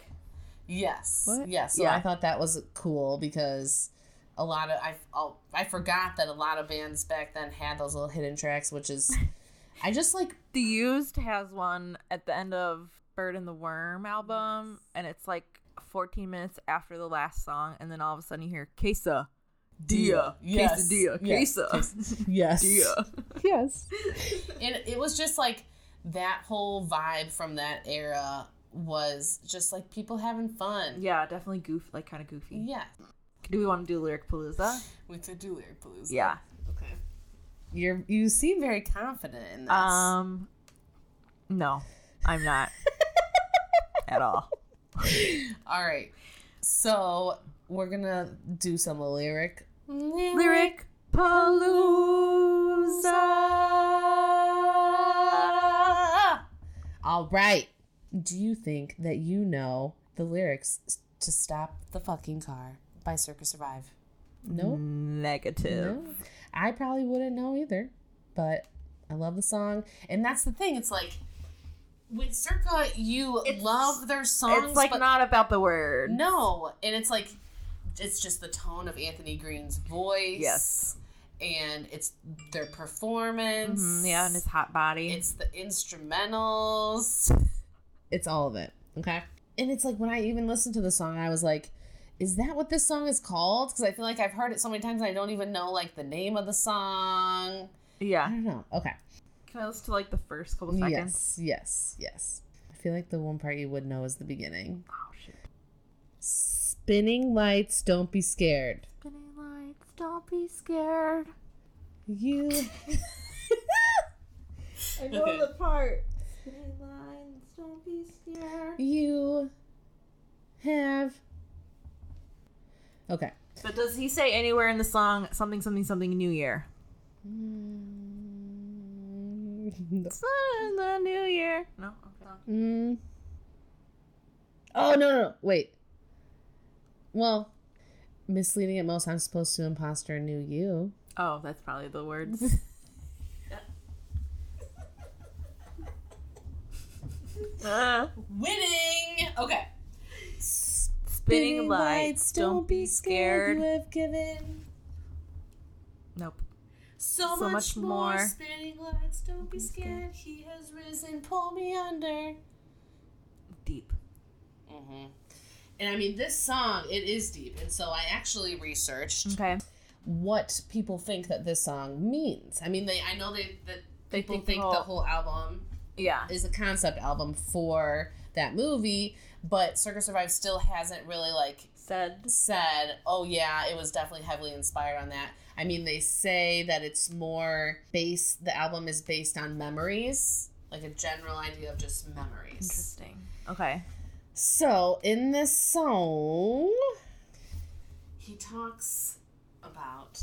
Speaker 4: Yes.
Speaker 3: What?
Speaker 4: Yeah. So
Speaker 3: Yeah.
Speaker 4: I thought that was cool because a lot of I oh, I forgot that a lot of bands back then had those little hidden tracks, which is I just like
Speaker 3: The Used has one at the end of Bird and the Worm album, and it's like 14 minutes after the last song, and then all of a sudden you hear Quesadilla,
Speaker 4: Dia. Yes.
Speaker 3: Quesadilla,
Speaker 4: Yes.
Speaker 3: Quesa,
Speaker 4: yes,
Speaker 3: Dia.
Speaker 4: yes. it it was just like that whole vibe from that era was just like people having fun.
Speaker 3: Yeah, definitely goof, like kind of goofy.
Speaker 4: Yeah.
Speaker 3: Do we want to do lyric palooza?
Speaker 4: We could do lyric blues.
Speaker 3: Yeah.
Speaker 4: Okay. You're you seem very confident in this.
Speaker 3: Um, no, I'm not at all.
Speaker 4: All right. So we're gonna do some lyric.
Speaker 3: Lyric palooza.
Speaker 4: All right. Do you think that you know the lyrics to "Stop the Fucking Car" by Circus Survive? No.
Speaker 3: Negative.
Speaker 4: No. I probably wouldn't know either, but I love the song, and that's the thing. It's like with Circa, you love their songs,
Speaker 3: It's like
Speaker 4: but
Speaker 3: not about the word.
Speaker 4: No, and it's like it's just the tone of Anthony Green's voice.
Speaker 3: Yes.
Speaker 4: and it's their performance.
Speaker 3: Mhm, yeah, and his hot body.
Speaker 4: it's the instrumentals. It's all of it. Okay, and it's like when I even listened to the song, I was like. Is that what this song is called? Because I feel like I've heard it so many times and I don't even know like the name of the song. I
Speaker 3: yeah.
Speaker 4: don't know. Okay.
Speaker 3: Can I listen to like the first couple seconds?
Speaker 4: Yes. Yes. Yes. I feel like the one part you would know is the beginning.
Speaker 3: Oh shit.
Speaker 4: Spinning lights, don't be scared.
Speaker 3: Spinning lights, don't be scared.
Speaker 4: You.
Speaker 3: I
Speaker 4: know Okay. the
Speaker 3: part. Spinning lights, don't be scared.
Speaker 4: You. Have. Okay.
Speaker 3: But does he say anywhere in the song something something something new year?
Speaker 4: Mm,
Speaker 3: Sun, the new year. No. Okay.
Speaker 4: mm. Oh, no, no, no. Wait. Well, misleading at most, I'm supposed to imposter a new you.
Speaker 3: Oh, that's probably the words. Uh,
Speaker 4: Winning! Okay.
Speaker 3: spinning lights, don't, be scared.
Speaker 4: You have given
Speaker 3: Nope.
Speaker 4: So,
Speaker 3: So
Speaker 4: much,
Speaker 3: much
Speaker 4: more.
Speaker 3: more.
Speaker 4: Spinning lights, don't be scared. He has risen, pull me under.
Speaker 3: Deep.
Speaker 4: Mm-hmm. And I mean, this song, it is deep. And so I actually researched
Speaker 3: Okay.
Speaker 4: what people think that this song means. I mean, they I know they, that
Speaker 3: They
Speaker 4: people think,
Speaker 3: think the
Speaker 4: the
Speaker 3: whole-
Speaker 4: whole album
Speaker 3: Yeah.
Speaker 4: is a concept album for that movie, but Circus Survive still hasn't really, like,
Speaker 3: Said.
Speaker 4: said, oh yeah, it was definitely heavily inspired on that. I mean, they say that it's more based, the album is based on memories, like a general idea of just memories.
Speaker 2: Interesting.
Speaker 3: Okay.
Speaker 4: So in this song, he talks about,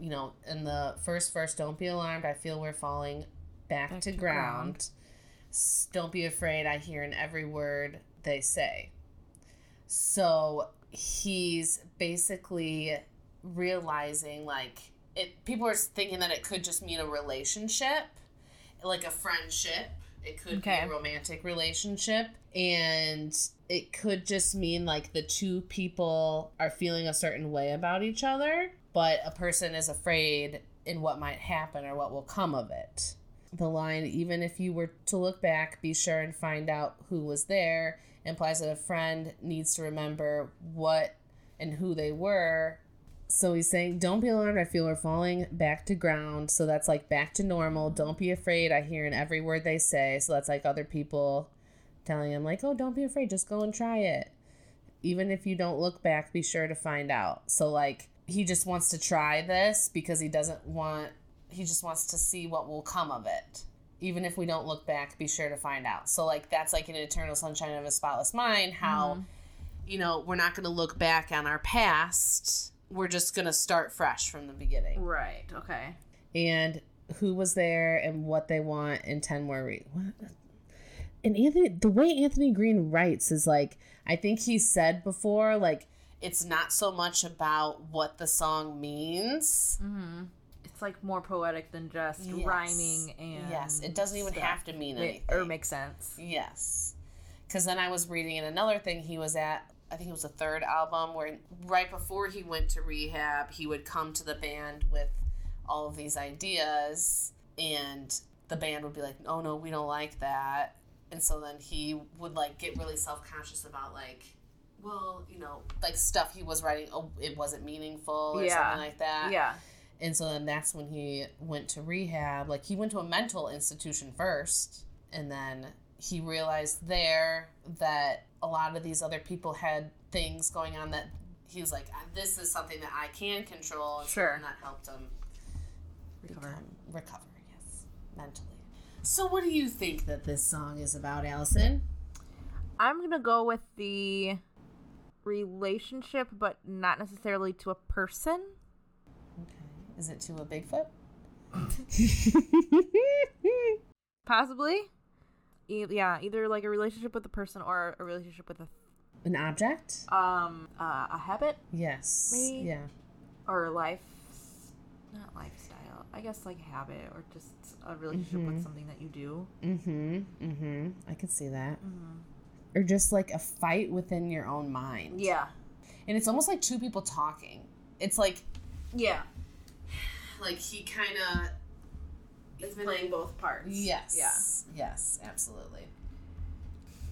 Speaker 4: you know, in the first verse, don't be alarmed. I feel we're falling back,
Speaker 2: Back
Speaker 4: to,
Speaker 2: to
Speaker 4: ground.
Speaker 2: ground.
Speaker 4: S- Don't be afraid. I hear in every word they say. So he's basically realizing like it. People are thinking that it could just mean a relationship, like a friendship. It could
Speaker 3: Okay.
Speaker 4: be a romantic relationship, and it could just mean like the two people are feeling a certain way about each other, but a person is afraid in what might happen or what will come of it the line even if you were to look back be sure and find out who was there implies that a friend needs to remember what and who they were so he's saying don't be alarmed i feel we're falling back to ground so that's like back to normal don't be afraid i hear in every word they say so that's like other people telling him like oh don't be afraid just go and try it even if you don't look back be sure to find out so like he just wants to try this because he doesn't want he just wants to see what will come of it even if we don't look back be sure to find out so like that's like an eternal sunshine of a spotless mind how you know we're not going to look back on our past we're just going to start fresh from the beginning
Speaker 3: Right. Okay.
Speaker 4: and who was there and what they want and 10 more re- what? and anthony the way anthony green writes is like i think he said before like it's not so much about what the song means
Speaker 3: Mm-hmm. It's like more poetic than just
Speaker 4: Yes.
Speaker 3: rhyming and
Speaker 4: yes it doesn't even
Speaker 3: stuff.
Speaker 4: have to mean
Speaker 3: It-
Speaker 4: anything
Speaker 3: or make sense.
Speaker 4: Yes. Because then I was reading in another thing he was at, I think it was the third album, where right before he went to rehab, he would come to the band with all of these ideas, and the band would be like, oh no, we don't like that. And so then he would like get really self conscious about like, well, you know, like stuff he was writing, oh, it wasn't meaningful or
Speaker 3: Yeah.
Speaker 4: something like that.
Speaker 3: Yeah.
Speaker 4: And so then that's when he went to rehab. Like he went to a mental institution first, and then he realized there that a lot of these other people had things going on that he was like, "Uh, "This is something that I can control." And so
Speaker 3: Sure.
Speaker 4: then that helped him
Speaker 3: Recover.
Speaker 4: become- recover, yes, mentally. So, what do you think that this song is about, Allison?
Speaker 3: I'm gonna go with the relationship, but not necessarily to a person.
Speaker 4: Is it to a Bigfoot?
Speaker 3: Possibly. E- yeah, either like a relationship with a person or a relationship with a
Speaker 4: An object?
Speaker 3: um uh, a habit
Speaker 4: Yes.
Speaker 3: Maybe.
Speaker 4: Yeah.
Speaker 3: or life, not lifestyle. I guess like habit or just a relationship with something that you do.
Speaker 4: Mm-hmm. Mm-hmm. I could see that. Or just like a fight within your own mind.
Speaker 3: Yeah.
Speaker 4: And it's almost like two people talking. It's like
Speaker 3: Yeah.
Speaker 4: like he kind of
Speaker 3: It's playing both parts.
Speaker 4: yes.
Speaker 3: Yeah.
Speaker 4: Yes. Absolutely.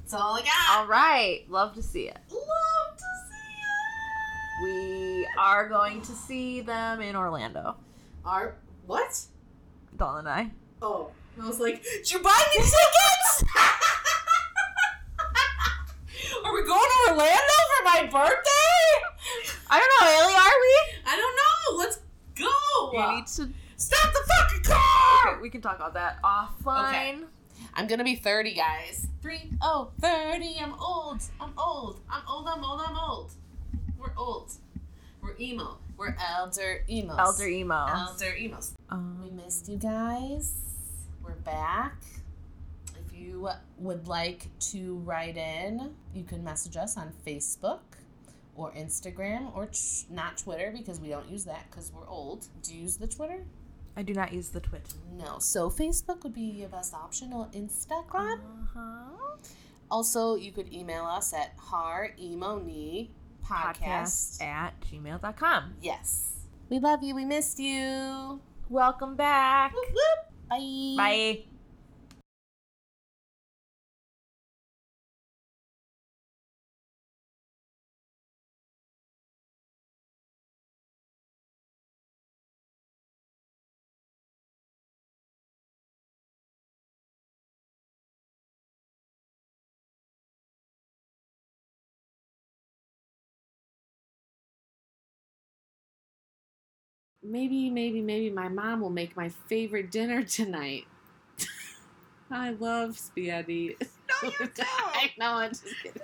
Speaker 4: It's all I got.
Speaker 3: All right. Love to see it.
Speaker 4: Love to see it.
Speaker 3: We are going to see them in Orlando.
Speaker 4: Are what?
Speaker 3: Dawn and I.
Speaker 4: Oh, I was like, did you buy me tickets? Are we going to Orlando for my birthday?
Speaker 3: I don't know, Haley. Are we?
Speaker 4: I don't know. Let's go.
Speaker 3: We need to
Speaker 4: Stop the fucking car.
Speaker 3: Okay, we can talk about that offline.
Speaker 4: I'm gonna be 30, guys. Three, oh, 30. I'm old. I'm old. I'm old. I'm old. I'm old. We're old. We're emo. We're elder emos.
Speaker 3: Elder emo.
Speaker 4: Elder emos. We
Speaker 3: Um,
Speaker 4: missed you guys. We're back. If you would like to write in, you can message us on Facebook or Instagram or t- not Twitter because we don't use that because we're old. Do you use the Twitter?
Speaker 3: I do not use the twit.
Speaker 4: No. So Facebook would be your best option or Instagram.
Speaker 3: Uh-huh.
Speaker 4: Also, you could email us at haremonipodcast. podcast.
Speaker 3: Podcast at gmail.com.
Speaker 4: Yes. We love you. We missed you.
Speaker 3: Welcome back.
Speaker 4: Whoop, whoop. Bye.
Speaker 3: Bye.
Speaker 4: Maybe, maybe, maybe my mom will make my favorite dinner tonight. I love spaghetti.
Speaker 5: No, you don't.
Speaker 4: I know. I'm just kidding.